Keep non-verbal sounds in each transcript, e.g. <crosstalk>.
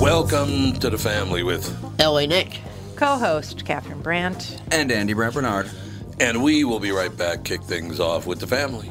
Welcome to the family with L.A. Nick. Co-host Catherine Brandt. And Andy Brant Bernard. And we will be right back, kick things off with the family.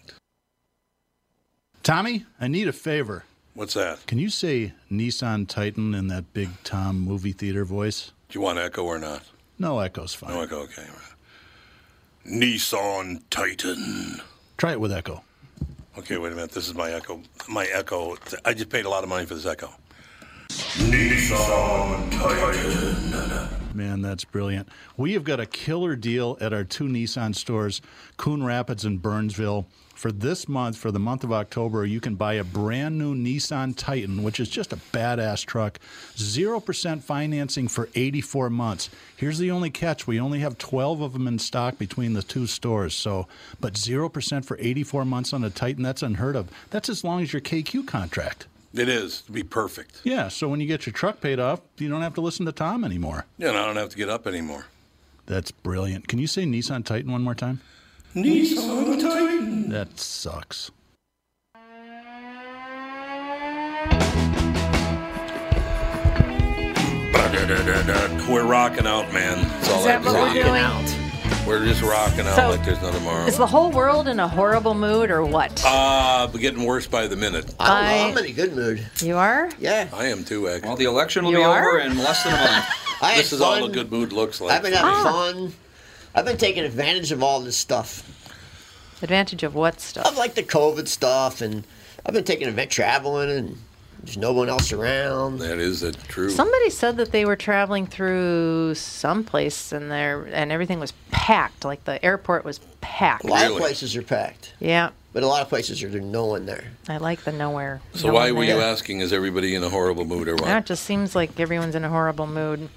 Tommy, I need a favor. What's that? Can you say Nissan Titan in that big Tom movie theater voice? Do you want echo or not? No echo's fine. No e- echo, okay. Right. Nissan Titan. Try it with echo. Okay, wait a minute. This is my echo. My echo. I just paid a lot of money for this echo. Nissan Titan. Man, that's brilliant. We have got a killer deal at our two Nissan stores, Coon Rapids and Burnsville. For this month, for the month of October, you can buy a brand new Nissan Titan, which is just a badass truck. 0% financing for 84 months. Here's the only catch we only have 12 of them in stock between the two stores. So, but 0% for 84 months on a Titan, that's unheard of. That's as long as your KQ contract. It is to be perfect. Yeah, so when you get your truck paid off, you don't have to listen to Tom anymore. Yeah, and I don't have to get up anymore. That's brilliant. Can you say Nissan Titan one more time? Nissan Titan. That sucks. We're rocking out, man. That's all Is that I what we're can doing? say. We're just rocking out So- like there's no tomorrow. Is the whole world in a horrible mood or what? Uh, but getting worse by the minute. I, I- am in a good mood. you are? Yeah. I am too, actually. Well, the election will You be are? over in less than a <laughs> month. I this had is all fun. a good mood looks like. I've been Oh. having fun. I've been taking advantage of all this stuff. Advantage of what Of stuff? like the COVID stuff, and I've been taking advantage traveling, and there's no one else around. that is a true. Somebody said that they were traveling through someplace and there and everything was packed, like the airport was packed. A lot of Really? places are packed, Yeah, but a lot of places are there's no one there. I like the nowhere. so no why one were there. you asking? Is everybody in a horrible mood or Yeah, it what? just seems like everyone's in a horrible mood.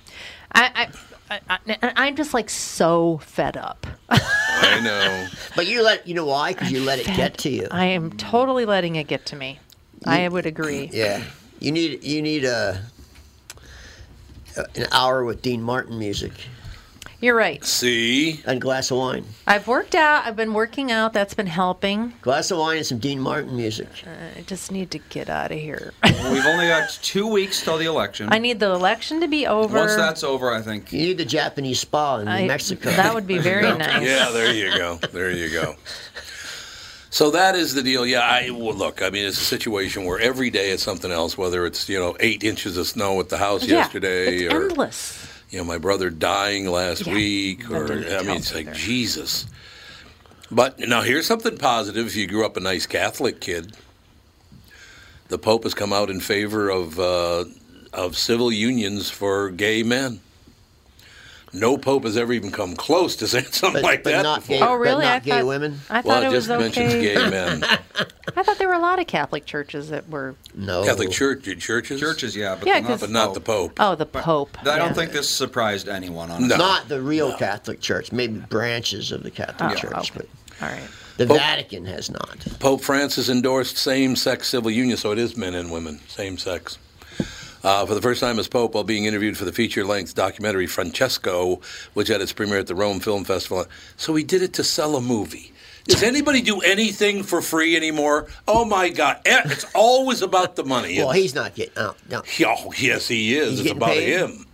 I, I, I, I I'm just like so fed up. I know. But you let you know why? Because you let it get to you. I am totally letting it get to me. I would agree. Yeah, you need you need a an hour with Dean Martin music You're right. See, and a glass of wine. I've worked out. I've been working out. That's been helping. Glass of wine and some Dean Martin music. I just need to get out of here. We've only got two weeks till the election. I need the election to be over. Once that's over, I think. You need the Japanese spa in I- Mexico. That would be very nice. yeah, there you go. There you go. So that is the deal. Yeah, I well, look. I mean, it's a situation where every day it's something else. Whether it's you know eight inches of snow at the house Yeah, yesterday, it's or endless. you know my brother dying last Yeah, week, that or didn't I mean, help it's like either. Jesus. But now here's something positive. If you grew up a nice Catholic kid, the Pope has come out in favor of uh, of civil unions for gay men. No Pope has ever even come close to <laughs> saying something But, like but that. not before. gay, Oh, really? but not I gay thought, women. I thought well, it it was just mentions okay. gay <laughs> men. I thought there were a lot of Catholic churches that were. No. Catholic church, churches, Churches, yeah, but, Yeah, not, 'cause- the but not Pope. the Pope. Oh, the Pope. I don't Yeah. think this surprised anyone. Honestly. No. Not the real Catholic Church. Maybe branches of the Catholic Oh, Church, okay. but All right. the Oh. Vatican has not. Pope Francis endorsed same-sex civil union, so it is men and women, same-sex. Uh, for the first time as Pope, while being interviewed for the feature-length documentary Francesco, which had its premiere at the Rome Film Festival, so he did it to sell a movie. Does anybody do anything for free anymore? Oh my God! Eh, It's always about the money. Well, he's not getting out. No, oh, yes, he is. He's it's getting about paid? him.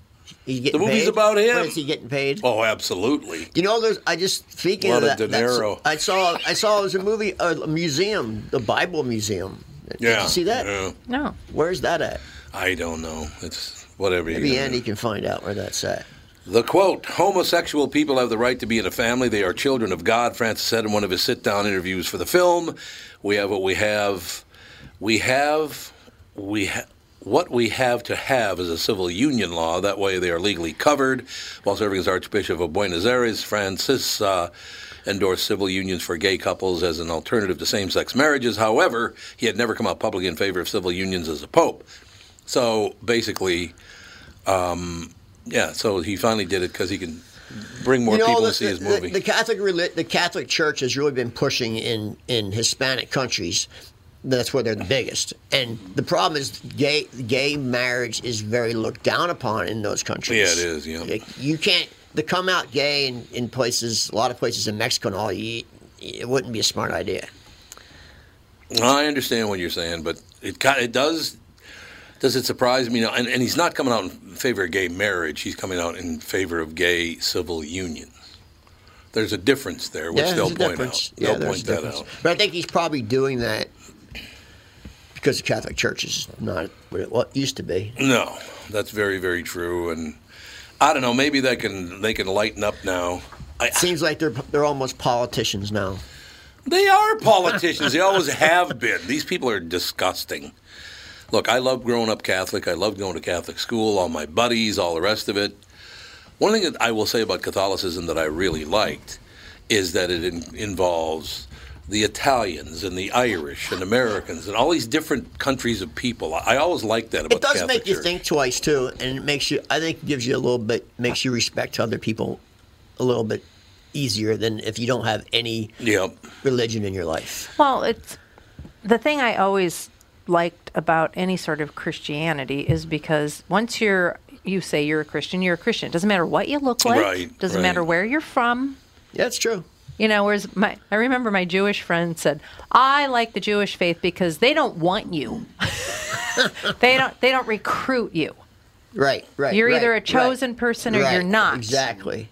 he's getting The movie's paid. about him. What is he getting paid? Oh, absolutely. You know, there's. I just speaking Lot of of that. De that's- Niro. I saw. I saw it was a movie, a museum, the Bible Museum. Did Yeah. you see that? Yeah. No. Where's that at? I don't know. It's whatever. you're Maybe gonna do. Andy can find out where that's at. The quote Homosexual people have the right to be in a family. They are children of God, Francis said in one of his sit down interviews for the film. We have what we have. We have. We ha- What we have to have is a civil union law. That way they are legally covered. While serving as Archbishop of Buenos Aires, Francis uh, endorsed civil unions for gay couples as an alternative to same sex marriages. However, he had never come out publicly in favor of civil unions as a pope. So basically, um, yeah, so he finally did it because he can bring more you know, people the, to see his the- movie. The, Catholic reli- the Catholic Church has really been pushing in in Hispanic countries. That's where they're the biggest, and the problem is gay gay marriage is very looked down upon in those countries. Yeah, it is, yeah. Like, you can't to come out gay in, in places, a lot of places in Mexico and all. You, it wouldn't be a smart idea. I understand what you're saying, but it kind it does. Does it surprise me? No, and, and he's not coming out in favor of gay marriage. He's coming out in favor of gay civil unions. There's a difference there, which yeah, they'll there's a point difference. out. Yeah, they'll there's point a that difference. out. But I think he's probably doing that because the Catholic Church is not what it what it used to be. No, that's very, very true. And I don't know. Maybe they can they can lighten up now. I, Seems like they're they're almost politicians now. They are politicians. They always have been. These people are disgusting. Look, I love growing up Catholic. I love going to Catholic school, all my buddies, all the rest of it. One thing that I will say about Catholicism that I really liked is that it in- involves the Italians and the Irish and Americans and all these different countries of people. I I always liked that about It does the make Catholic you Church. think twice too, and it makes you. I think gives you a little bit makes you respect other people a little bit easier than if you don't have any Yep. religion in your life. Well, it's the thing I always liked about any sort of Christianity is because once you're you say you're a Christian, you're a Christian. It doesn't matter what you look like. Right, Doesn't right. matter where you're from. Yeah, it's true. You know, whereas my I remember my Jewish friend said, "I like the Jewish faith because they don't want you. <laughs> they don't they don't recruit you. Right, right. You're right, either a right, chosen person or right, you're not." Exactly.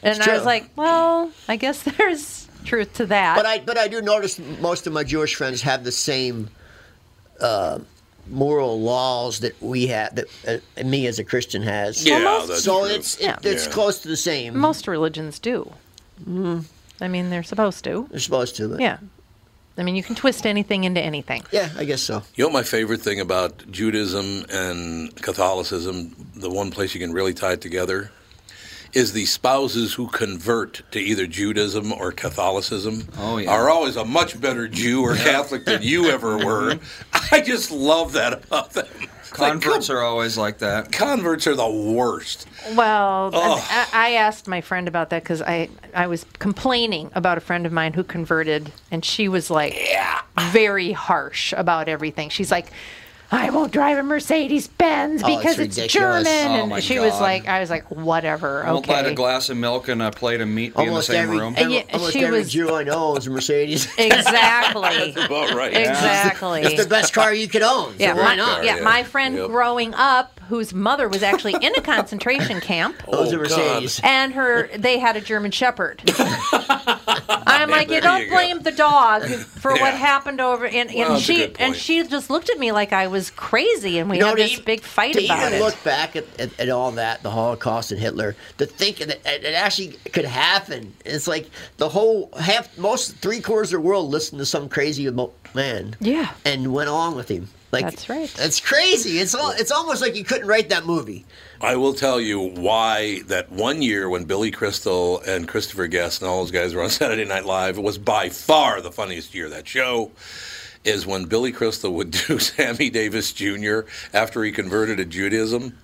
And It's I was true. like, "Well, I guess <laughs> there's truth to that." But I but I do notice most of my Jewish friends have the same uh, moral laws that we have that uh, me as a Christian has. Yeah, Almost- that's So true. it's it, Yeah. it's Yeah. close to the same. most religions do. Mm. I mean, they're supposed to. They're supposed to. But Yeah. I mean, you can twist anything into anything. Yeah, I guess so. You know, my favorite thing about Judaism and Catholicism, the one place you can really tie it together, is the spouses who convert to either Judaism or Catholicism Oh, yeah. are always a much better Jew or Catholic than you ever <laughs> were. Mm-hmm. I just love that about them. It's like, Converts con- are always like that. converts are the worst. Well, I, I asked my friend about that because I, I was complaining about a friend of mine who converted, and she was like very harsh about everything. She's like, I won't drive a Mercedes Benz Oh, it's because it's, ridiculous. German. Oh, my and she was God. like, I was like, whatever. Won't let a Okay. glass <laughs> of milk and a plate of meat be Almost in the same every, room. And every- yet almost she every was- Jew I know is a <laughs> Mercedes. Exactly. About right. Exactly. it's the best car you could own. Yeah, so my, why not? yeah, Yeah. my friend Yep. growing up, whose mother was actually in a concentration camp, Those Oh, are Mercedes. <laughs> and her they had a German Shepherd. I'm like, There you don't you go. blame the dog for Yeah. what happened over. And, and Well, that's a she good point. and she just looked at me like I was crazy, and we You know, had to this e- big fight to about even it. look back at, at, at all that, the Holocaust and Hitler, to think that it, it actually could happen. It's like the whole half, most three quarters of the world listened to some crazy mo- man, Yeah. and went along with him. Like That's right. It's crazy. It's all, It's almost like you couldn't write that movie. I will tell you why that one year when Billy Crystal and Christopher Guest and all those guys were on <laughs> Saturday Night Live it was by far the funniest year. of That show is when Billy Crystal would <laughs> do Sammy Davis Jr. after he converted to Judaism.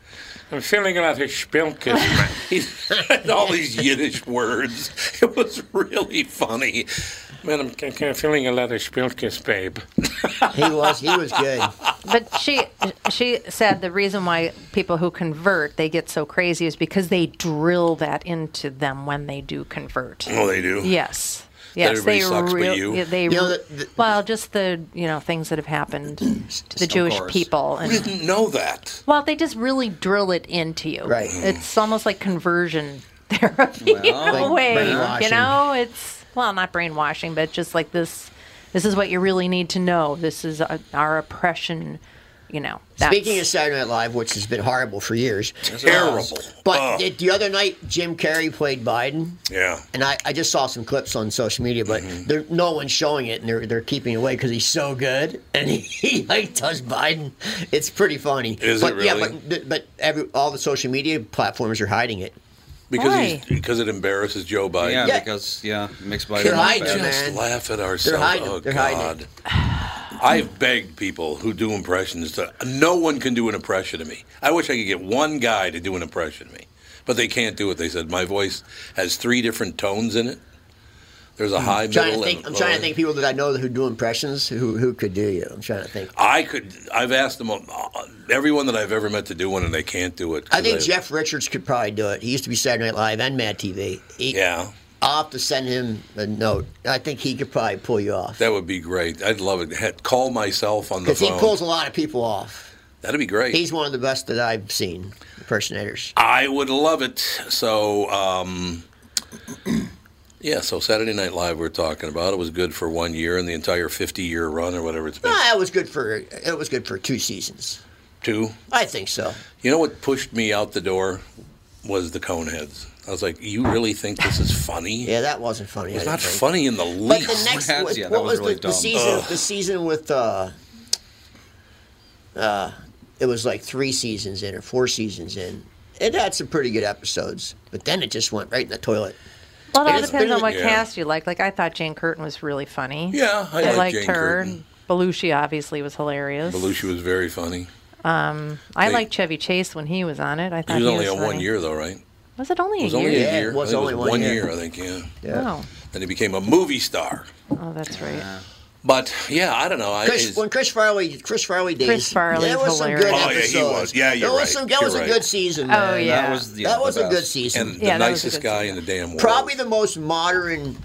I'm feeling about his spilkism. <laughs> he said all these Yiddish words. It was really funny. Man, I'm c- c- feeling a lot of spilkis, babe. He was. He was good. But she she said the reason why people who convert they get so crazy is because they drill that into them when they do convert. Oh, they do. Yes. Yes, everybody they sucks but real- you. yeah, They, You know, the- the- well, just the you know things that have happened to the Of Jewish course. people. I And, didn't know that. well, they just really drill it into you. Right. It's almost like conversion <laughs> therapy in a Well, way. You brainwashing. know, it's well, not brainwashing, but just like this. This is what you really need to know. This is uh our oppression. You know. That's, Speaking of Saturday Night Live, which has been horrible for years, Terrible. but Oh, the- the other night Jim Carrey played Biden. yeah. and I, I just saw some clips on social media, but Mm-hmm. there no one's showing it, and they're they're keeping it away because he's so good, and <laughs> he, he like does Biden. It's pretty funny. Is but, it Yeah, really? but but every all the social media platforms are hiding it. Because Why? he's, because it embarrasses Joe Biden. Yeah, Yeah. because yeah, mixed by They're Can I hiding it, just man. laugh at ourselves? hiding it. Oh They're hiding God! it. I've begged people who do impressions to. No one can do an impression of me. I wish I could get one guy to do an impression of me, but they can't do it. They said my voice has three different tones in it. There's a high, Hmm. I'm trying middle, to think. and a I'm trying low. to think of people that I know who do impressions who who could do you. I'm trying to think. I could. I've asked them all- everyone that I've ever met to do one, and they can't do it. I think 'cause Jeff Richards could probably do it. He used to be Saturday Night Live and Mad TV. He- Yeah, I'll have to send him a note. I think he could probably pull you off that would be great. I'd love it. Heck, call myself on the because he phone. pulls a lot of people off. That'd be great. He's one of the best that I've seen impersonators. I would love it. So, um, yeah, so Saturday Night Live we're talking about. It was good for one year and the entire 50 year run or whatever it's been. Ah, it was good for it was good for two seasons. Two. I think so. You know what pushed me out the door was the Coneheads. I was like, you really think this is <laughs> funny? Yeah, that wasn't funny. It's I not didn't think. funny in the But least. the next, Yeah, what, that what was was, really the, dumb. the season? The season with uh, uh, it was like three seasons in or four seasons in. It had some pretty good episodes, but then it just went right in the toilet. Well, it all It's depends been- on what Yeah. cast you like. Like I thought Jane Curtin was really funny. yeah, I, I, like liked Jane her. Curtin. Belushi obviously was hilarious. Belushi was very funny. I They- liked Chevy Chase when he was on it. I He thought was he only was on one funny. year, though, right? Was it only It was a only year? a Yeah, year. it was I think only one year. year. I think, yeah. Wow. Then he became a movie star. Oh, that's right. But, yeah, I don't know. I, Chris, it's- when Chris Farley, Chris Farley days, Chris Farley's there was hilarious. some good Oh, yeah, he episodes. was. Yeah, you're there was right. Some, that You're was right. a good season. Oh man. yeah. That was yeah, that was the a best. good season. and Yeah, the that was a nicest good guy in season. the damn world. probably the most modern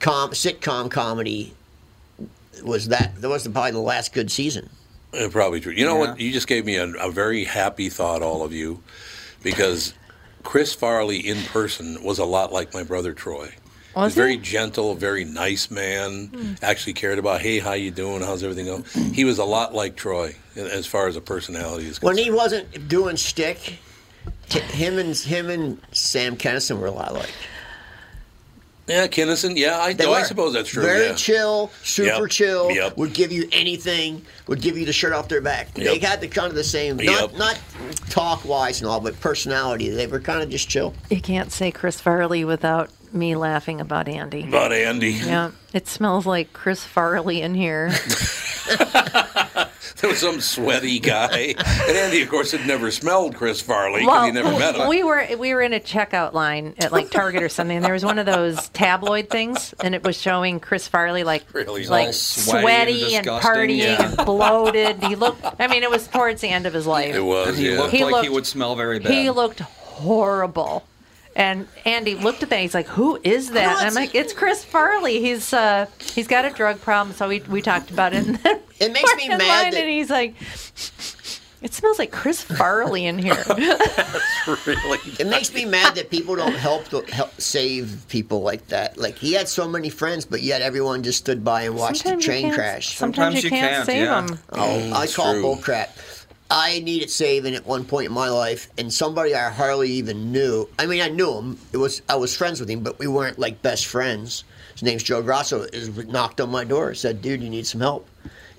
com- sitcom comedy was that. That was probably the last good season. Uh, probably true. You know what? Yeah. You just gave me a, a very happy thought, all of you, because Chris Farley in person was a lot like my brother Troy. Was He's very he? gentle, very nice man. Actually cared about, hey, how you doing? How's everything going? He was a lot like Troy as far as a personality is When concerned. he wasn't doing shtick, t- him and him and Sam Kennison were a lot like. yeah, Kinnison. Yeah, I, They do. Oh, I were. suppose that's true. Very yeah. chill, super Yep. chill. Yep. Would give you anything. Would give you the shirt off their back. They Yep. had the kind of the same. Yep. Not not talk wise and all, but personality. They were kind of just chill. You can't say Chris Farley without me laughing about Andy. But Andy, Yeah, it smells like Chris Farley in here. <laughs> there was some sweaty guy, and Andy, of course, had never smelled Chris Farley because well, he never met him. we were we were in a checkout line at like Target or something. And there was one of those tabloid things, and it was showing Chris Farley like Really all like sweaty sweaty and, and disgusting, partying yeah. and bloated. He looked. I mean, it was towards the end of his life. it was. He yeah. looked He like he looked- would smell very bad. He looked horrible. And Andy looked at that. He's like, "Who is that?" And I'm like, "It's Chris Farley. He's uh, he's got a drug problem." So we we talked about it, and then <laughs> It makes me we're in mad line that- and he's like, It smells like Chris Farley <laughs> in here. <laughs> really. It makes me mad that people <laughs> don't help to help save people like that. Like he had so many friends, but yet everyone just stood by and watched Sometimes the you train can't- crash. Sometimes, Sometimes you you can't, can't, save yeah. them. Oh, I call true. bull crap. I needed saving at one point in my life, and somebody I hardly even knew. I mean, I knew him. It was I was friends with him, but we weren't like best friends. His name's Joe Grasso. Is knocked on my door, said, "Dude, you need some help."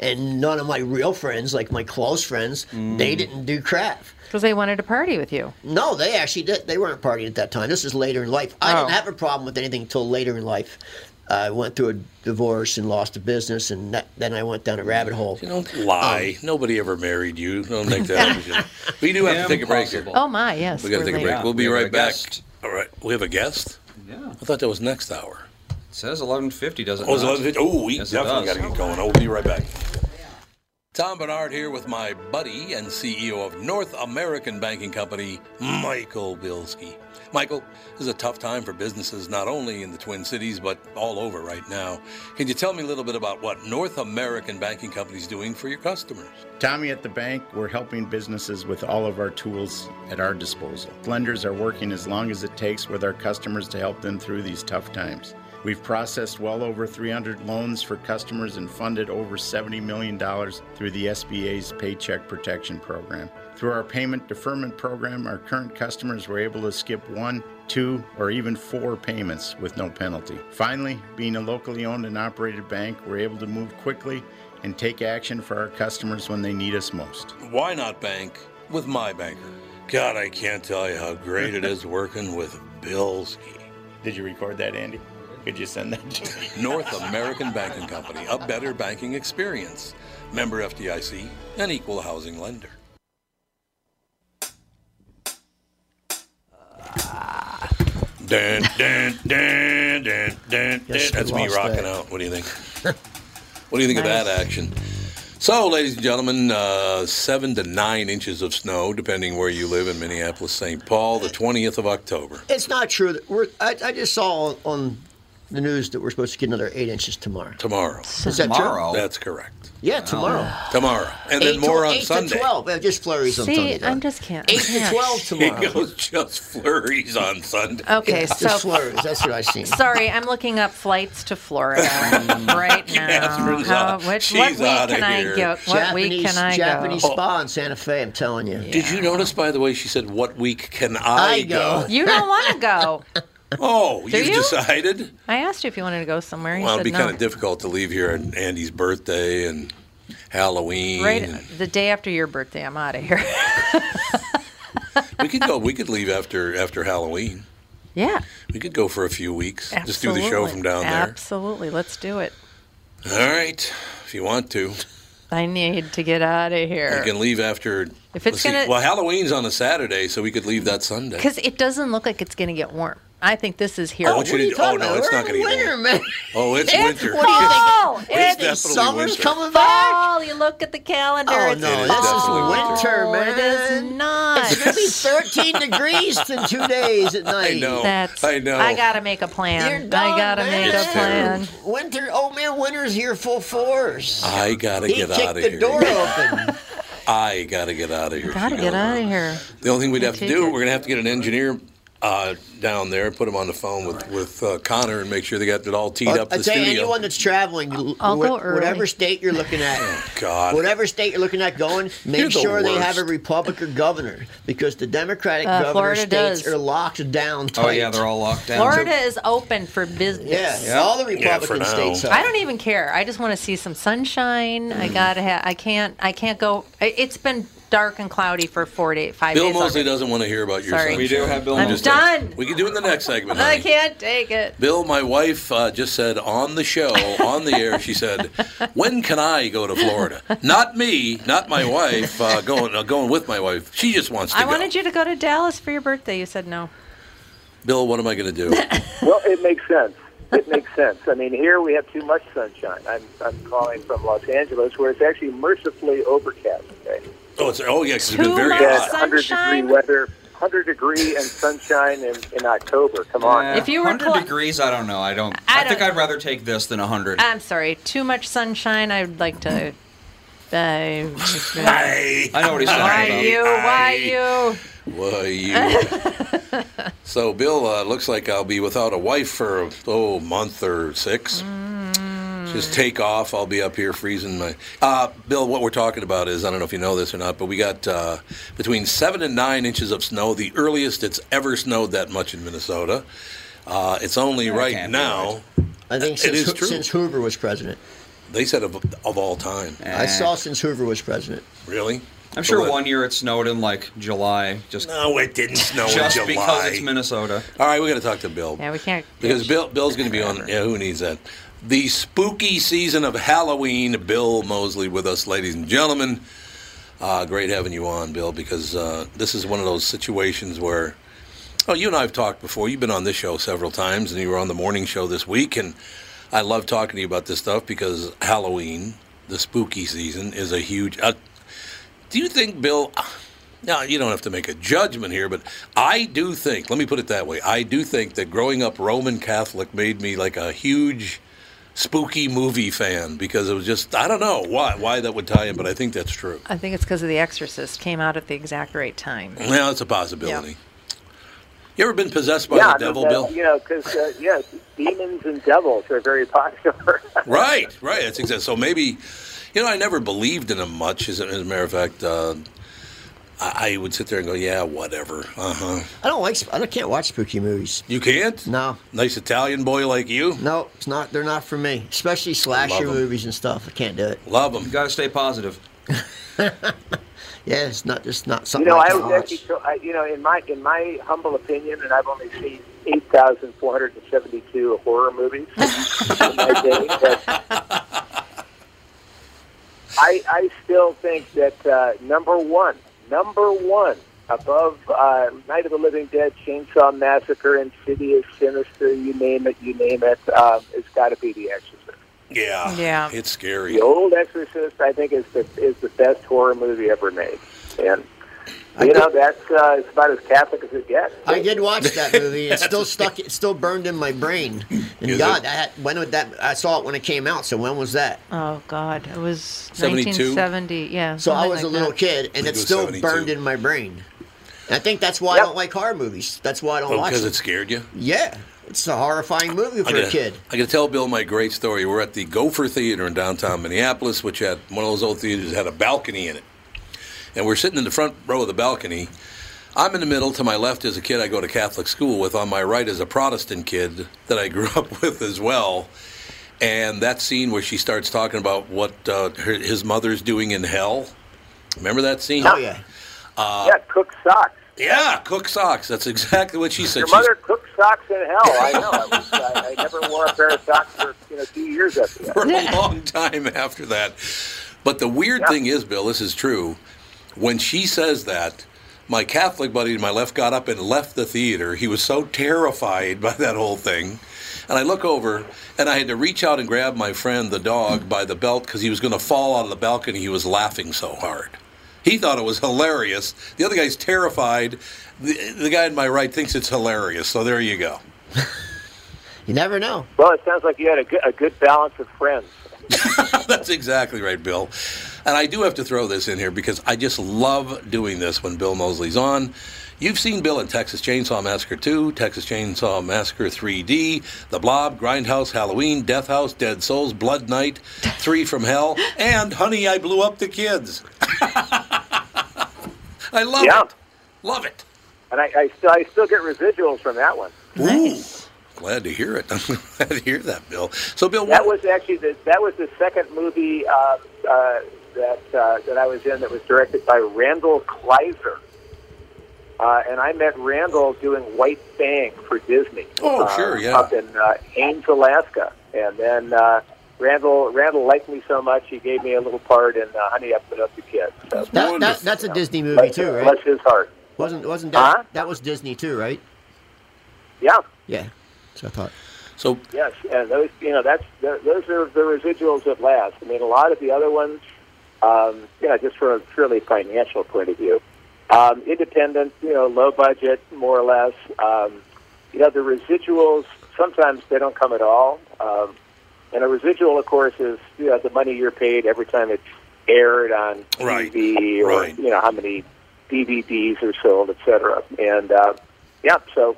And none of my real friends, like my close friends, they didn't do crap. Because they wanted to party with you. No, they actually did. They weren't partying at that time. This is later in life. I Oh. didn't have a problem with anything until later in life. I went through a divorce and lost a business, and that, then I went down a rabbit hole. You don't lie. Nobody ever married you. Don't make that. <laughs> up. we do have to take a break here. Impossible. Oh my, yes. We got to we're take a late. break. Yeah, We'll be we have right a back. guest. All right. We have a guest. Yeah. I thought that was next hour. It says 1150, doesn't Oh, it? it's not? 11:50. Oh, we Yes, it definitely got does. to get going. We'll be right back. Tom Bernard here with my buddy and CEO of North American Banking Company, Michael Bilski. Michael, this is a tough time for businesses not only in the Twin Cities but all over right now. Can you tell me a little bit about what North American Banking Company is doing for your customers? Tommy at the bank, we're helping businesses with all of our tools at our disposal. Lenders are working as long as it takes with our customers to help them through these tough times. We've processed well over 300 loans for customers and funded over $70 million through the SBA's Paycheck Protection Program. Through our payment deferment program, our current customers were able to skip one, two, or even four payments with no penalty. Finally, being a locally owned and operated bank, we're able to move quickly and take action for our customers when they need us most. Why not bank with my banker? God, I can't tell you how great it is working with Bilski. Did you record that, Andy? Could you send that to me? North American Banking Company, a better banking experience. Member FDIC, an equal housing lender. Dun, dun, dun, dun, dun, dun. Yes, That's we me lost rocking that. out. What do you think? what do you think of Nice. that action? So, ladies and gentlemen, uh, seven to nine inches of snow, depending where you live in Minneapolis, St. Paul, the 20th of October. It's not true. That we're, I, I just saw on the news that we're supposed to get another eight inches tomorrow. Tomorrow. Is that true? Tomorrow. That's correct. Yeah, tomorrow. Tomorrow. And then Eight more to, on eight Sunday. to twelve. It just flurries on Sunday. See, though. I'm just can't. eight to can't. twelve <laughs> He <laughs> tomorrow. goes just flurries on Sunday. Okay, just so flurries. That's what I've seen. sorry, I'm looking up flights <laughs> to Florida right now. Catherine's How, out. which, uh, She's what week outta can I here. go? What week Japanese, can I Japanese Oh. go? spa in Santa Fe. I'm telling you. Did you notice, by the way, she said, "What week can I, I go." You don't want to go. Oh, Do you've you? decided. I asked you if you wanted to go somewhere. You Well, said it'd be no. kind of difficult to leave here on Andy's birthday and Halloween. Right, and- the day after your birthday, I'm out of here. <laughs> we could go. We could leave after after Halloween. yeah, We could go for a few weeks. Just do absolutely. the show from down there. Absolutely, let's do it. All right, if you want to, I need to get out of you here. can leave after. If it's let's see. gonna- well, Halloween's on a Saturday, so we could leave that Sunday. Because it doesn't look like it's going to get warm. I think this is here. I want you to- oh no, it's not going to get Winter, warm. man. Oh, it's, winter. What do you think? <laughs> fall! It's, definitely Summer's winter. coming back. fall! You look at the calendar. Oh it's no, It is definitely fall. this is winter, man. It is not. It's gonna be 13 degrees in two days at <laughs> night. I know. That's. Oh, I know. I gotta make a You're plan. done, I gotta man. make a It's plan. Winter. Oh man, winter's here full force. I gotta he Ah, get kicked out of the here. <laughs> door open. I gotta get out of here. Gotta She get goes out on. of here. The only thing we'd have to take do, it. we're gonna have to get an engineer uh, down there, put him on the phone with with uh, Connor, and make sure they got it all teed I up. The tell you, studio. anyone that's traveling, I'll wh- go whatever early. state you're looking at, Oh, God. whatever state you're looking at going, <laughs> make You're the sure they have a worst. Republican governor because the Democratic Uh, governor Florida states does. are locked down tight. Oh, yeah, they're all locked down. Florida is open for business. Yeah, all the Yeah, for Republican now. states. Are. I don't even care. I just want to see some sunshine. Mm. I gotta have. I can't. I can't go. I- It's been dark and cloudy for four to five Bill days. Mosley already. doesn't want to hear about your Sorry. son. We do have Bill I'm Mosley. done. We can do it in the next segment. I honey. can't take it. Bill, my wife uh, just said on the show, on the air, she said, "When can I go to Florida? Not me, not my wife. Uh, going, uh, going with my wife. She just wants to I go." wanted you to go to Dallas for your birthday. You said no. Bill, what am I going <laughs> to do? Well, it makes sense. It makes sense. I mean, here we have too much sunshine. I'm, I'm calling from Los Angeles, where it's actually mercifully overcast. Okay, Oh, it's, oh yeah, 'cause it's Too been very much yeah, hot. 100 degree Sunshine? weather, 100 degree and sunshine in, in October. Come on, Yeah, If you were 100 clo- degrees, I don't know. I don't. I I, think don't- Uh, I'd rather take this than 100. <laughs> I'm sorry. Too much sunshine. I'd like to Uh, Hi. I know what he's talking why about. you? Why you? Why you? <laughs> so, Bill, uh, looks like I'll be without a wife for oh a month or six. Mm. Just take off. I'll be up here freezing my. Uh, Bill, what we're talking about is I don't know if you know this or not, but we got uh, between seven and nine inches of snow, the earliest it's ever snowed that much in Minnesota. Uh, it's only right can't be now. I think It since, is true. since Hoover was president. They said of, of all time. I saw since Hoover was president. Really? I'm sure But- one year it snowed in like July, just No, <laughs> it didn't snow just in July. because it's Minnesota. All right, we got to talk to Bill. Yeah, we can't. Because Bill, Bill's going to be on. Yeah, who needs that? The spooky season of Halloween. Bill Mosley with us, ladies and gentlemen. Uh, great having you on, Bill, because uh, this is one of those situations where, oh, you and I have talked before. You've been on this show several times, and you were on the morning show this week. And I love talking to you about this stuff because Halloween, the spooky season, is a huge. Uh, do you think, Bill? Now, you don't have to make a judgment here, but I do think, let me put it that way, I do think that growing up Roman Catholic made me like a huge spooky movie fan because it was just, I don't know why, why that would tie in, but I think that's true. I think it's because of The Exorcist came out at the exact right time. Now, it's a possibility. You ever been possessed by the yeah, I mean, devil, that- Bill? You know, because uh, yeah, demons and devils are very <laughs> popular. Right, right. That's exactly. So maybe, you know, I never believed in them much. As a, as a matter of fact, uh, I, I would sit there and go, yeah, whatever. Uh huh. I don't like. sp- I don't- can't watch spooky movies. You can't? No. Nice Italian boy like you? No, it's not. They're not for me. Especially Love slasher 'em. movies and stuff. I can't do it. Love them. You got to stay positive. Yeah, it's not just not You something. know, I, I can was watch. actually, so- I- you know, in my in my humble opinion, and I've only seen eight thousand four hundred and seventy-two horror movies in my day. that- I I still think that uh, number one, number one, above uh, Night of the Living Dead, Chainsaw Massacre, Insidious, Sinister, you name it, you name it, um, it's got to be The Exorcist. Yeah. Yeah. It's scary. The Old Exorcist, I think, is the is the best horror movie ever made, and you know that's uh, it's about as Catholic as it gets. I did watch that movie. <laughs> It's still stuck. It's still burned in my brain. And Is God, it- I had, when would that? I saw it when it came out. So when was that? Oh God, it was 72? 1970. Yeah. So I something was like a little that. kid, and think it it's was still 72. burned in my brain. And I think that's why I Yep. don't like horror movies. That's why I don't Oh, watch because them. it scared you? yeah, it's a horrifying movie for I a gotta- kid. I gotta tell Bill my great story. We're at the Gopher Theater in downtown Minneapolis, which had one of those old theaters that had a balcony in it. And we're sitting in the front row of the balcony. I'm in the middle. To my left is a kid I go to Catholic school with. On my right is a Protestant kid that I <laughs> grew up with as well. And that scene where she starts talking about what uh, her, his mother's doing in hell. Remember that scene? Oh yeah, yeah, cook socks. Yeah, cook socks. That's exactly what she said. Your She's- mother cooked socks in hell. I know. I, was, I, I never wore a pair of socks for you know two years after <laughs> that. for a long time after that. But the weird thing is, Bill, this is true. When she says that, my Catholic buddy to my left got up and left the theater. He was so terrified <laughs> by that whole thing. And I look over, and I had to reach out and grab my friend, the dog, by the belt because he was going to fall out of the balcony. He was laughing so hard. He thought it was hilarious. The other guy's terrified. The, the guy on my right thinks it's hilarious. So there you go. you never know. Well, it sounds like you had a good, a good balance of friends. <laughs> That's exactly right, Bill. And I do have to throw this in here because I just love doing this when Bill Mosley's on. You've seen Bill in Texas Chainsaw Massacre 2, Texas Chainsaw Massacre 3D, The Blob, Grindhouse, Halloween, Death House, Dead Souls, Blood Night, Three from Hell, and Honey, I Blew Up the Kids. <laughs> I love Yeah. it. Love it. And I, I still I still get residuals from that one. Glad to hear it. <laughs> I'm glad to hear that, Bill. So, Bill, That what- was actually the that was the second movie uh, uh, that uh, that I was in that was directed by Randall Kleiser. Uh, and I met Randall doing White Fang for Disney. Oh, uh, sure, yeah. Up in uh, Ames, Alaska, and then uh, Randall Randall liked me so much he gave me a little part in uh, Honey, I Put Up the Kid. So, That, that, that's a Disney movie too, right? Bless his heart. Wasn't wasn't that Huh? that was Disney too, right? Yeah. Yeah. So I thought. so Yes, and those you know that's th- those are the residuals that last. I mean, a lot of the other ones, um, you know, just from a purely financial point of view, um, independent, you know, low budget, more or less. Um, you know, the residuals sometimes they don't come at all, um, and a residual, of course, is you know the money you're paid every time it's aired on Right, TV, or right. you know how many DVDs are sold, et cetera. And uh, yeah, so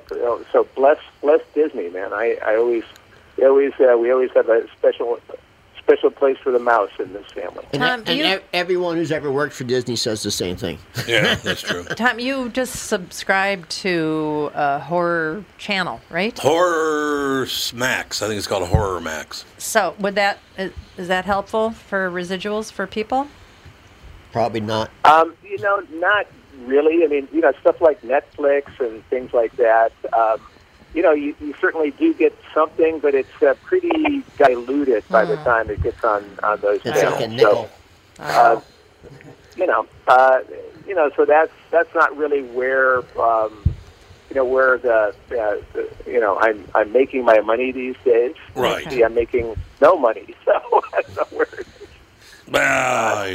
so bless bless Disney, man. I, I always they always uh, we always have a special special place for the mouse in this family. And, Tom, e- and you- ev- everyone who's ever worked for Disney says the same thing. Yeah, that's true. Tom, you just subscribed to a horror channel, right? Horror Max. I think it's called Horror Max. So, would that is is that helpful for residuals for people? Probably not. Um, you know, not really. I mean, you know, stuff like Netflix and things like that. Um, you know, you, you certainly do get something, but it's uh, pretty diluted by the time it gets on on those Hmm. It's channels. like a So, nickel. uh, you know, uh, you know, so that's that's not really where um, you know where the, uh, the you know I'm I'm making my money these days. Right. See, I'm making no money, <laughs> so I don't know where. Ah,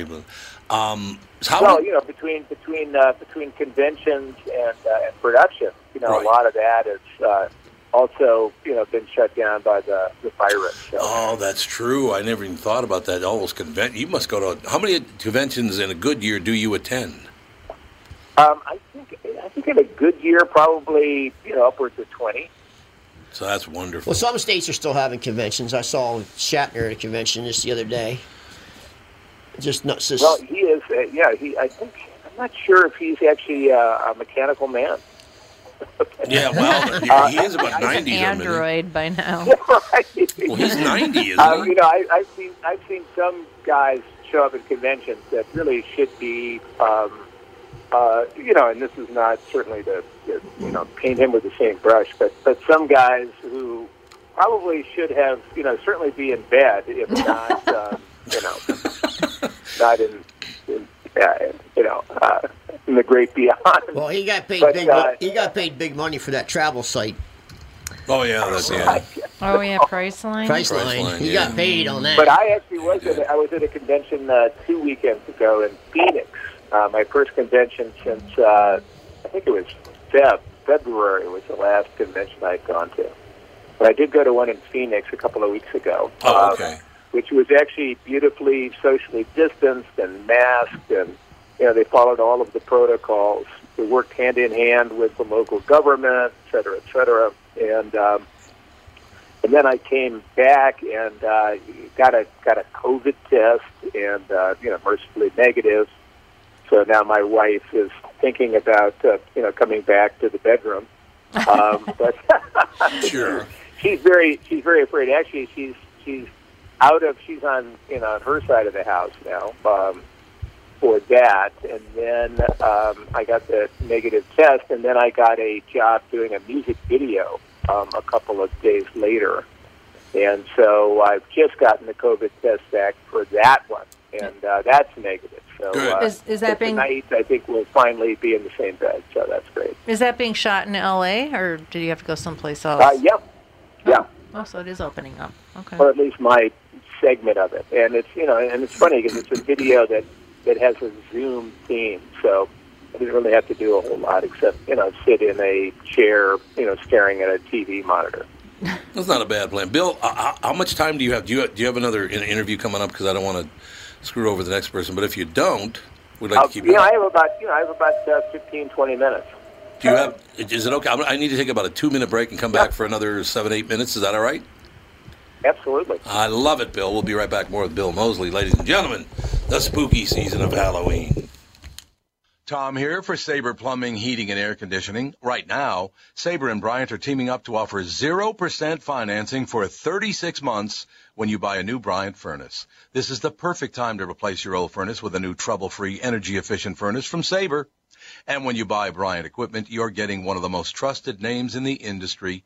um, so how Well, you know, between between uh, between conventions and, uh, and production, you know, Right. a lot of that is uh, also you know been shut down by the the virus. So. Oh, that's true. I never even thought about that. All those convent. You must go to how many conventions in a good year do you attend? Um, I think I think in a good year, probably you know upwards of twenty. So that's wonderful. Well, some states are still having conventions. I saw Shatner at a convention just the other day. Just not just Well, he is. Uh, yeah, he. I think I'm not sure if he's actually uh, a mechanical man. yeah, <laughs> well, he is about He's ninety. an something, isn't he? android by now. right. Well, he's ninety, isn't <laughs> Uh, he? you know, I, I've seen I've seen some guys show up at conventions that really should be, um, uh, you know, and this is not certainly to to, you know paint him with the same brush, but but some guys who probably should have you know certainly be in bed <laughs> if not um, you know not in, in uh, you know uh, in the great beyond. Well, he got paid But, big. mo- uh, he got paid big money for that travel site, Oh yeah, that's yeah. Oh yeah, Priceline. Priceline. Priceline, he yeah. got paid on that. But I actually was at a, I was at a convention uh, two weekends ago in Phoenix. Uh, my first convention since uh, I think it was Feb. February was the last convention I'd gone to. But I did go to one in Phoenix a couple of weeks ago. Oh, um, okay. which was actually beautifully socially distanced and masked, and you know they followed all of the protocols. They worked hand in hand with the local government, et cetera, et cetera, and um, and then I came back and uh, got a got a COVID test, and uh, you know mercifully negative. So now my wife is thinking about uh, you know coming back to the bedroom, um, <laughs> but Sure. she's very she's very afraid. Actually, she's she's out of she's on you know on her side of the house now um, for that. And then um, I got the negative test, and then I got a job doing a music video um, a couple of days later. And so I've just gotten the COVID test back for that one, and uh, that's negative. So Good. Uh, Is- is that so being- tonight? I think we'll finally be in the same bed, so that's great. Is that being shot in L.A. or did you have to go someplace else? Uh, yep, yeah. Oh, so it is opening up. Okay. or at least my segment of it. And it's you know, and it's funny because it's a video that that has a Zoom theme, so I didn't really have to do a whole lot except you know sit in a chair, you know, staring at a TV monitor. That's not a bad plan, Bill. Uh, how- how much time do you have? Do you have, do you have another in- interview coming up? Because I don't want to screw over the next person. But if you don't, we'd like Uh, to keep. you know, I going. have about you know I have about uh, 15, 20 minutes. do you have? Is it okay? I'm, I need to take about a two minute break and come back for another seven eight minutes. Is that all right? Absolutely. I love it, Bill. We'll be right back more with Bill Mosley. Ladies and gentlemen, the spooky season of Halloween. Tom here for Sabre Plumbing, Heating, and Air Conditioning. Right now, Sabre and Bryant are teaming up to offer 0% financing for 36 months when you buy a new Bryant furnace. This is the perfect time to replace your old furnace with a new trouble-free, energy-efficient furnace from Sabre. And when you buy Bryant equipment, you're getting one of the most trusted names in the industry.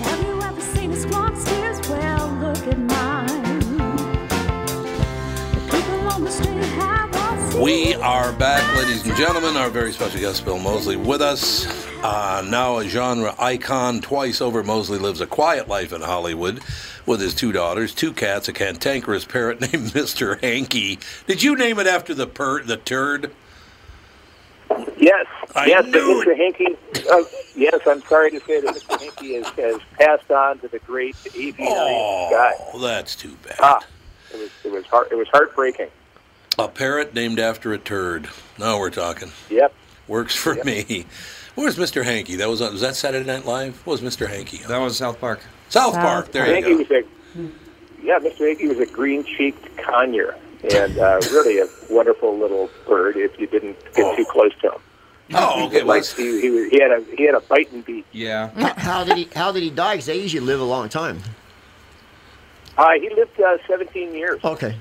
Have you ever seen a squawk's tears? Well, look at mine. The people on the street have all seen We are back, ladies and gentlemen. Our very special guest, Bill Mosley, with us. Uh, now a genre icon twice over, Mosley lives a quiet life in Hollywood with his two daughters, two cats, a cantankerous parrot <laughs> named Mr. Hanky. Did you name it after the per- the turd? Yes, I yes, but knew Mr. Hinky. Uh, yes, I'm sorry to say that Mr. Hinky has, has passed on to the great E E.B. Oh, Scott. that's too bad. Ah, it was it was heart it was heartbreaking. A parrot named after a turd. Now we're talking. Yep. Works for me. Where's Mr. Hanky? That was on, was that Saturday Night Live? What was Mr. Hanky? That was South Park. South, Park. There you Hanky go. was a yeah. Mr. Hinky was a green cheeked conure and uh, really a wonderful little bird. If you didn't get too close to him. Oh, okay. he, he, was- he had a he had a bite and beat. Yeah. How, how did he? How did he die? Because they usually live a long time. Uh, he lived uh, 17 years. Okay.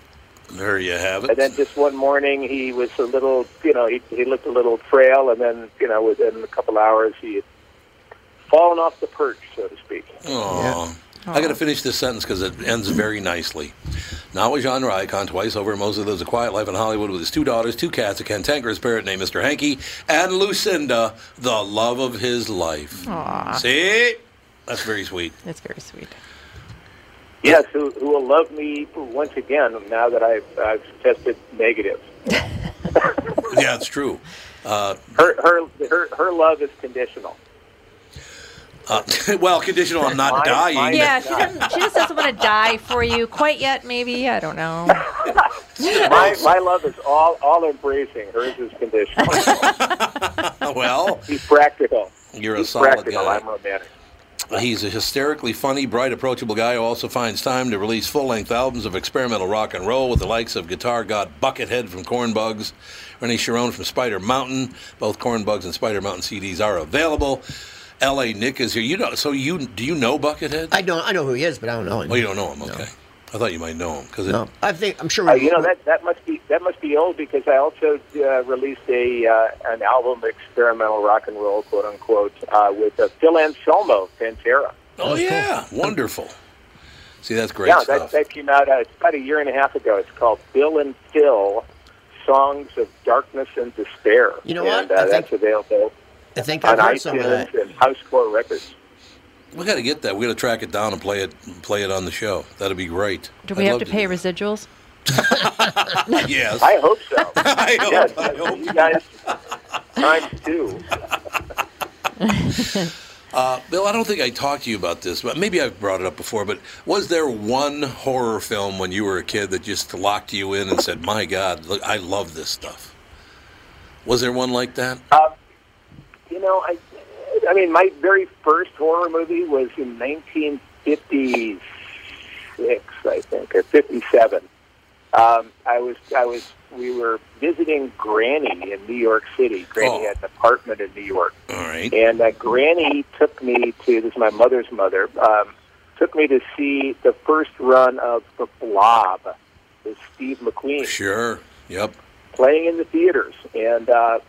There you have And it. then just one morning, he was a little, you know, he, he looked a little frail, and then, you know, within a couple hours, he had fallen off the perch, so to speak. Aw. I got to finish this sentence because it ends very nicely. Now a genre icon twice over, Mosley lives a quiet life in Hollywood with his two daughters, two cats, a cantankerous parrot named Mr. Hanky, and Lucinda, the love of his life. Aw. See? That's very sweet. It's very sweet. Yes, who, who will love me once again now that I've, I've tested negative. yeah, it's true. Uh, Her, her, her, her love is conditional. uh, <laughs> well, conditional on not dying. Yeah, she doesn't. She just doesn't want to die for you quite yet. Maybe I don't know. My, my love is all, all embracing. Hers is conditional. <laughs> well, he's practical. You're a he's solid practical. guy. I'm romantic. He's a hysterically funny, bright, approachable guy who also finds time to release full length albums of experimental rock and roll with the likes of guitar god Buckethead from Cornbugs, Renee Sharon from Spider Mountain. Both Cornbugs and Spider Mountain CDs are available. L.A. Nick is here. You know, so you do you know Buckethead? I don't. I know who he is, but I don't know him. Oh, you don't know him? Okay. I thought you might know him Oh, because No. I think I'm sure. Uh, you know that that must be that must be old because I also uh, released a uh, an album, experimental rock and roll, quote unquote, uh, with uh, Phil Anselmo, Pantera. Oh yeah, wonderful. See, that's great yeah, stuff. that that came out uh, it's about a year and a half ago. It's called Bill and Phil, Songs of Darkness and Despair. You know and, what? Uh, I that's available I think on I've heard some of that. iTunes and Housecore Records. We got to get that. We got to track it down and play it, play it on the show. That'd be great. Do we I'd have love to pay residuals? yes. <laughs> I hope <laughs> so. <laughs> I hope- yes, I hope you guys times two. Uh, Bill, I don't think I talked to you about this, but maybe I've brought it up before. But was there one horror film when you were a kid that just locked you in and said, "My God, look, I love this stuff"? Was there one like that? Uh, You know, I, I mean, my very first horror movie was in 1956, I think, or 57. Um, I was, I was, we were visiting Granny in New York City. Granny Oh. had an apartment in New York, All right. and uh, Granny took me to this is my mother's mother. Um, took me to see the first run of The Blob with Steve McQueen Sure. Yep. playing in the theaters, and uh,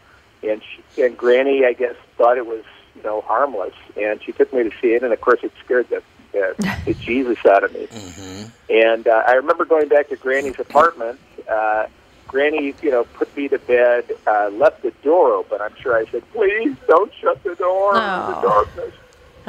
and she, and Granny, I guess, thought it was you know harmless, and she took me to see it, and of course, it scared the the, the Jesus out of me. And uh, I remember going back to Granny's apartment. Uh, Granny, you know, put me to bed, uh, left the door open. I'm sure I said, "Please don't shut the door in the Oh. darkness."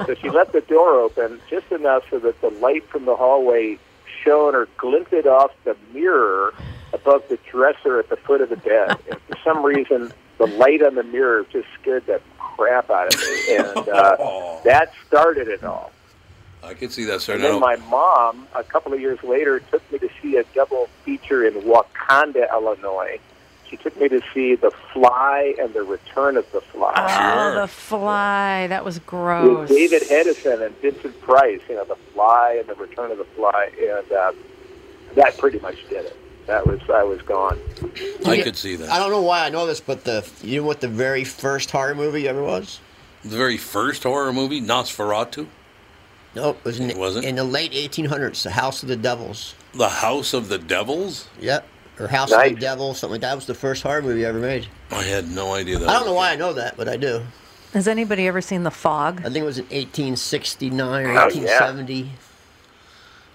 So she left the door open just enough so that the light from the hallway shone or glinted off the mirror above the dresser at the foot of the bed. And for some reason, the light on the mirror just scared the crap out of me, and uh, that started it all. I could see that And starting. then out. my mom, a couple of years later, took me to see a double feature in Wakanda, Illinois. she took me to see The Fly and The Return of the Fly. Oh, the fly. That was with gross. David Edison and Vincent Price, you know, The Fly and The Return of the Fly, and uh, that pretty much did it. That was I was gone. I could see that. I don't know why I know this, but the you know what the very first horror movie ever was? The very first horror movie, Nosferatu. Nope, it was in, wasn't? in the late 1800s, The House of the Devils. The House of the Devils. Yep, or House of the Devil, something like that. That was the first horror movie ever made. I had no idea that. I don't know why I know that, but I do. Has anybody ever seen The Fog? I think it was in 1869 or Oh, yeah. 1870.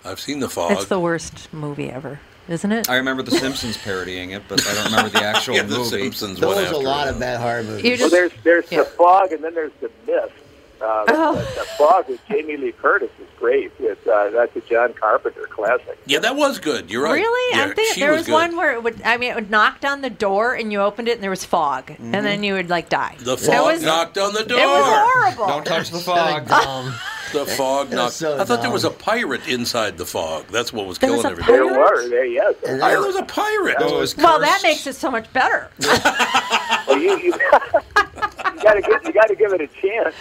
I've seen the fog. It's the worst movie ever, isn't it? I remember The Simpsons parodying it, but I don't remember <laughs> the actual Yeah, The movie. Simpsons There was a lot of bad horror movies. You well, just- there's there's the fog, and then there's the mist. Uh, Oh. the, the fog with Jamie Lee Curtis is great. It's, uh, that's a John Carpenter classic. Yeah, that was good. You're right. Really? Yeah, I'm thinking she there was, good. one where it would I mean it would knock down the door and you opened it and there was fog Mhm. and then you would like die. The That fog was- knocked on the it door. was horrible. Don't touch the fog. the fog That was knocked. so I thought there dumb. was a pirate inside the fog. That's what was There killing was a everybody. pirate? There were. There, yes. There was a pirate. well, that makes it so much better. Well, you, <laughs> you, you gotta give you gotta give it a chance.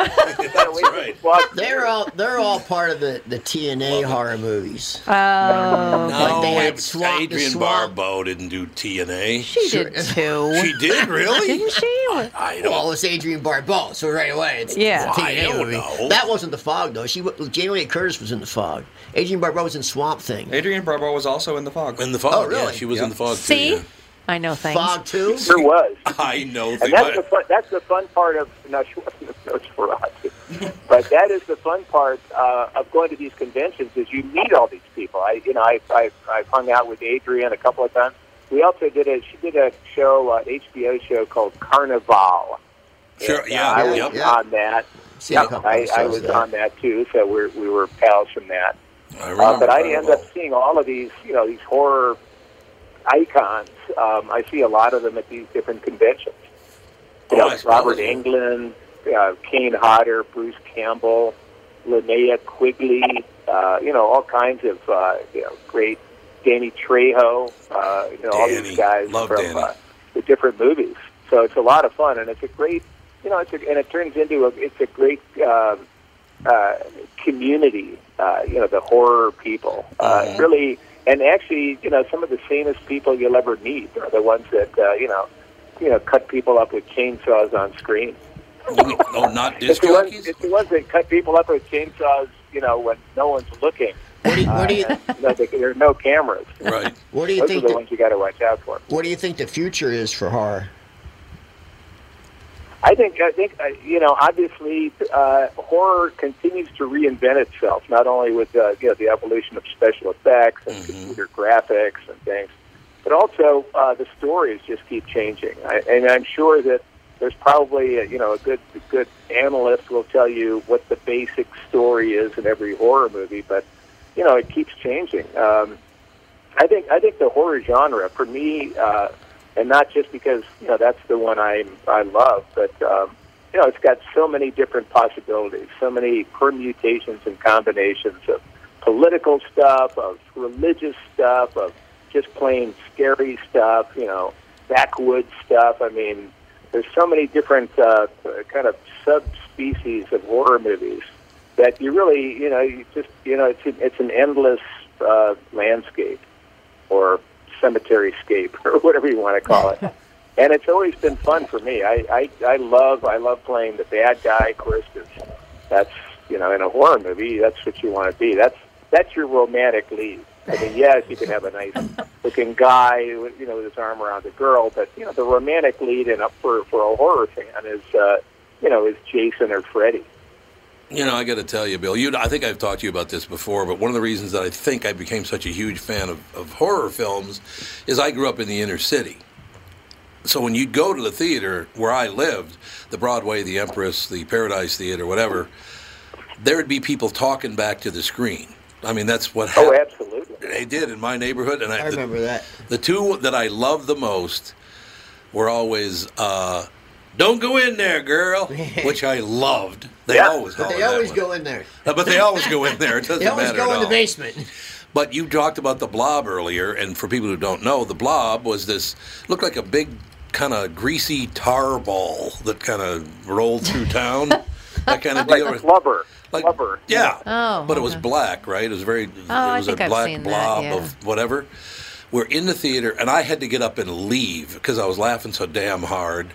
<laughs> You gotta wait till the <laughs> fog They're all they're all part of the the TNA horror movies. Oh, no, they had it- swamp- the Adrian swamp. Barbeau didn't do TNA. She did too. <laughs> <laughs> She did really? <laughs> Didn't she? I don't. Well, it's Adrian Barbeau, so right away it's Yeah. it's a I TNA don't movie. know. That wasn't the fog though. She wa- Jamie Lee Curtis was in the fog. Adrian Barbeau was in Swamp Thing. Adrian Barbeau was also in the fog. In the fog, Oh, really? yeah, <laughs> she was in the fog See? too. I know things. Fog too. There was. I know. And things. that's the fun, that's the fun part of no, she wasn't <laughs> a Nosferatu, but that is the fun part uh, of going to these conventions is you meet all these people. I you know I I I've hung out with Adrian a couple of times. We also did a she did a show uh, HBO show called Carnival. Sure, And, uh, yeah, I was yep. on that. See a couple I, of I shows was there. on that too, so we're, we were pals from that. I Uh, remember but I that end well. up seeing all of these, you know, these horror icons. Um, I see a lot of them at these different conventions. Oh, You know, I suppose. Robert Englund, uh, Kane Hodder, Bruce Campbell, Linnea Quigley, uh, you know, all kinds of uh, you know great Danny Trejo, uh, you know, all Danny. these guys Love from Danny. Uh, the different movies. So it's a lot of fun, and it's a great, you know, it's a, and it turns into a it's a great um, uh, community. Uh, you know, the horror people uh, Mhm. really, and actually, you know, some of the sanest people you'll ever meet are the ones that uh, you know, you know, cut people up with chainsaws on screen. <laughs> Oh, not It's disc the, ones, jockeys. it's the ones that cut people up with chainsaws, you know, when no one's looking. What do you, what do you, Uh, you know, they- there are no cameras. Right. what do you Those think? are the The, ones you got to watch out for. what do you think the future is for horror? I think I think uh, you know obviously uh, horror continues to reinvent itself not only with uh, you know the evolution of special effects and Mm-hmm. computer graphics and things, but also uh, the stories just keep changing. I, and I'm sure that there's probably a, you know a good a good analyst will tell you what the basic story is in every horror movie, but you know it keeps changing. Um, I think I think the horror genre for me, uh, and not just because you know that's the one I I love, but um, you know it's got so many different possibilities, so many permutations and combinations of political stuff, of religious stuff, of just plain scary stuff, you know, backwoods stuff. I mean, there's so many different uh, kind of subspecies of horror movies that you really, you know, you just, you know, it's it's an endless uh, landscape or cemetery scape <laughs> or whatever you want to call it. and it's always been fun for me. I, I I love I love playing the bad guy, Christus. That's you know, in a horror movie, that's what you want to be. That's that's your romantic lead. I mean, yes, you can have a nice looking guy, with, you know, with his arm around a girl, but you know, the romantic lead and up for for a horror fan is, uh, you know, is Jason or Freddy. You know, I got to tell you, Bill. You, I think I've talked to you about this before, but one of the reasons that I think I became such a huge fan of, of horror films is I grew up in the inner city. So when you'd go to the theater where I lived, the Broadway, the Empress, the Paradise Theater, whatever, there would be people talking back to the screen. I mean, that's what Oh, happened. absolutely. They did in my neighborhood, and I, I remember that. The two that I loved the most were always uh, "Don't go in there, girl," which I loved. They always, But hollered they that always one. go in there. Uh, but they always go in there. It doesn't <laughs> They always matter at go in the all. basement. But you talked about the blob earlier, and for people who don't know, the blob was this looked like a big kind of greasy tar ball that kind of rolled through <laughs> town. that kind of Like deal. with- flubber. Like, flubber. Yeah. Oh, But it was black, right? It was very. I it was think a I've black seen that, blob yeah. of whatever. We're in the theater, and I had to get up and leave because I was laughing so damn hard.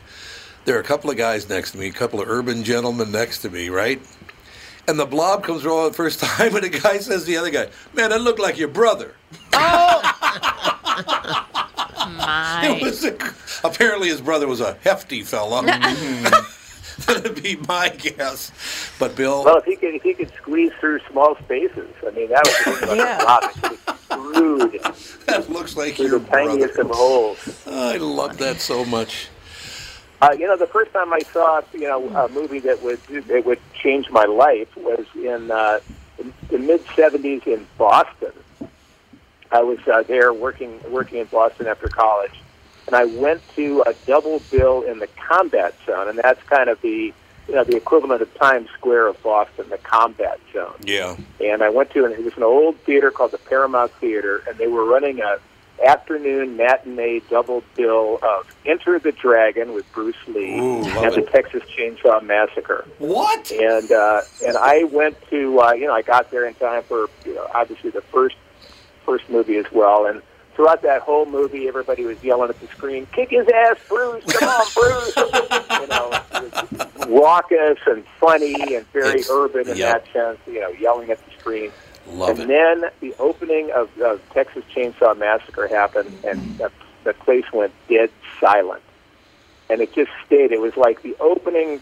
There are a couple of guys next to me, a couple of urban gentlemen next to me, right? And the blob comes rolling the first <laughs> time, and the guy says to the other guy, "Man, that looked like your brother." Oh! My. <laughs> It was a, apparently his brother was a hefty fella. <laughs> That'd be my guess. But Bill, Well, if he could, if he could squeeze through small spaces, I mean, that was the thing about the blob. It could be <laughs> screwed. That looks like through the tiniest of holes. I love that so much. Uh, you know, the first time I saw you know a movie that would that would change my life was in uh, the mid '70s in Boston. I was uh, there working working in Boston after college, and I went to a double bill in the Combat Zone, and that's kind of the you know the equivalent of Times Square of Boston, the Combat Zone Yeah. and I went to an, it was an old theater called the Paramount Theater, and they were running a afternoon matinee double bill of Enter the Dragon with Bruce Lee Ooh, love and the it. Texas Chainsaw Massacre. What? And uh, and I went to uh, you know I got there in time for you know, obviously the first first movie as well, and throughout that whole movie, everybody was yelling at the screen, "Kick his ass, Bruce! Come on, <laughs> Bruce!" you know, it was raucous and funny and very It's- urban in yep. that sense. You know, yelling at the screen. Love and it. then the opening of, of Texas Chainsaw Massacre happened, and the, the place went dead silent. And it just stayed. It was like the opening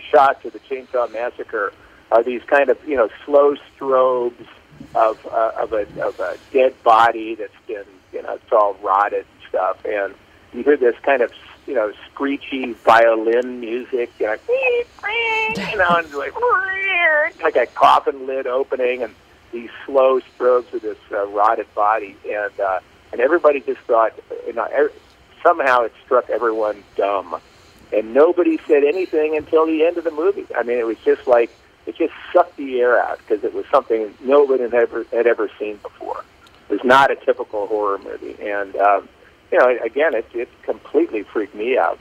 shots of the Chainsaw Massacre are these kind of you know slow strobes of uh, of a of a dead body that's been you know it's all rotted and stuff, and you hear this kind of you know screechy violin music, you know, "Beep, beep," you know, and like <laughs> like a coffin lid opening, and these slow strobes of this uh, rotted body, and uh, and everybody just thought you know er- somehow it struck everyone dumb and nobody said anything until the end of the movie. I mean, it was just like it just sucked the air out because it was something nobody had ever had ever seen before. It was not a typical horror movie, and um, you know, again, it it completely freaked me out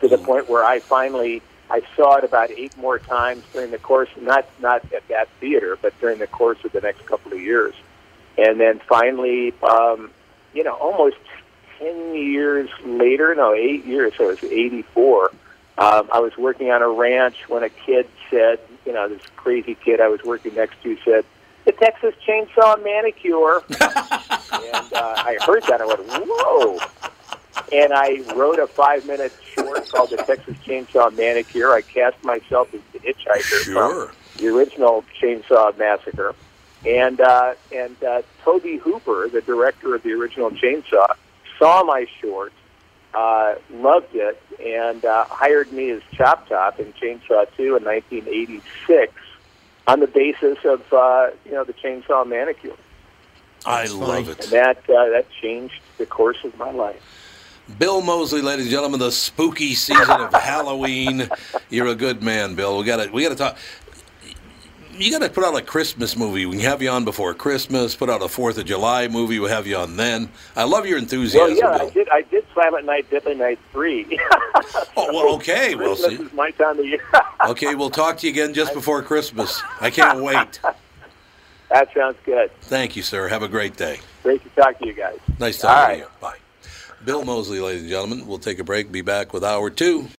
to the point where I finally I saw it about eight more times during the course not not at that theater, but during the course of the next couple of years, and then finally, um, you know, almost ten years later, no, eight years, so it was eighty four. Um, I was working on a ranch when a kid said, you know, this crazy kid I was working next to said, "The Texas Chainsaw Manicure." and uh, I heard that. I went, whoa. And I wrote a five minute short called The Texas Chainsaw Manicure. I cast myself as the hitchhiker Sure. from the original Chainsaw Massacre. And, uh, and uh, Toby Hooper, the director of the original Chainsaw, saw my short, uh, loved it, and uh, hired me as Chop Top in Chainsaw 2 in 1986 on the basis of, uh, you know, the Chainsaw Manicure. I love And it. that uh, that changed the course of my life. Bill Mosley, ladies and gentlemen, the spooky season <laughs> of Halloween. You're a good man, Bill. We got to we got to talk. You got to put out a Christmas movie. We can have you on before Christmas. Put out a Fourth of July movie. We'll have you on then. I love your well, enthusiasm, yeah, I Bill. did. I did Silent Night, Deadly Night three. <laughs> Oh, well, okay. We'll Christmas see. is my time of year. <laughs> Okay, we'll talk to you again just before Christmas. I can't <laughs> wait. that sounds good. Thank you, sir. Have a great day. Great to talk to you guys. Nice All talking right. to you. Bye. Bill Mosley, ladies and gentlemen. We'll take a break. Be back with hour two.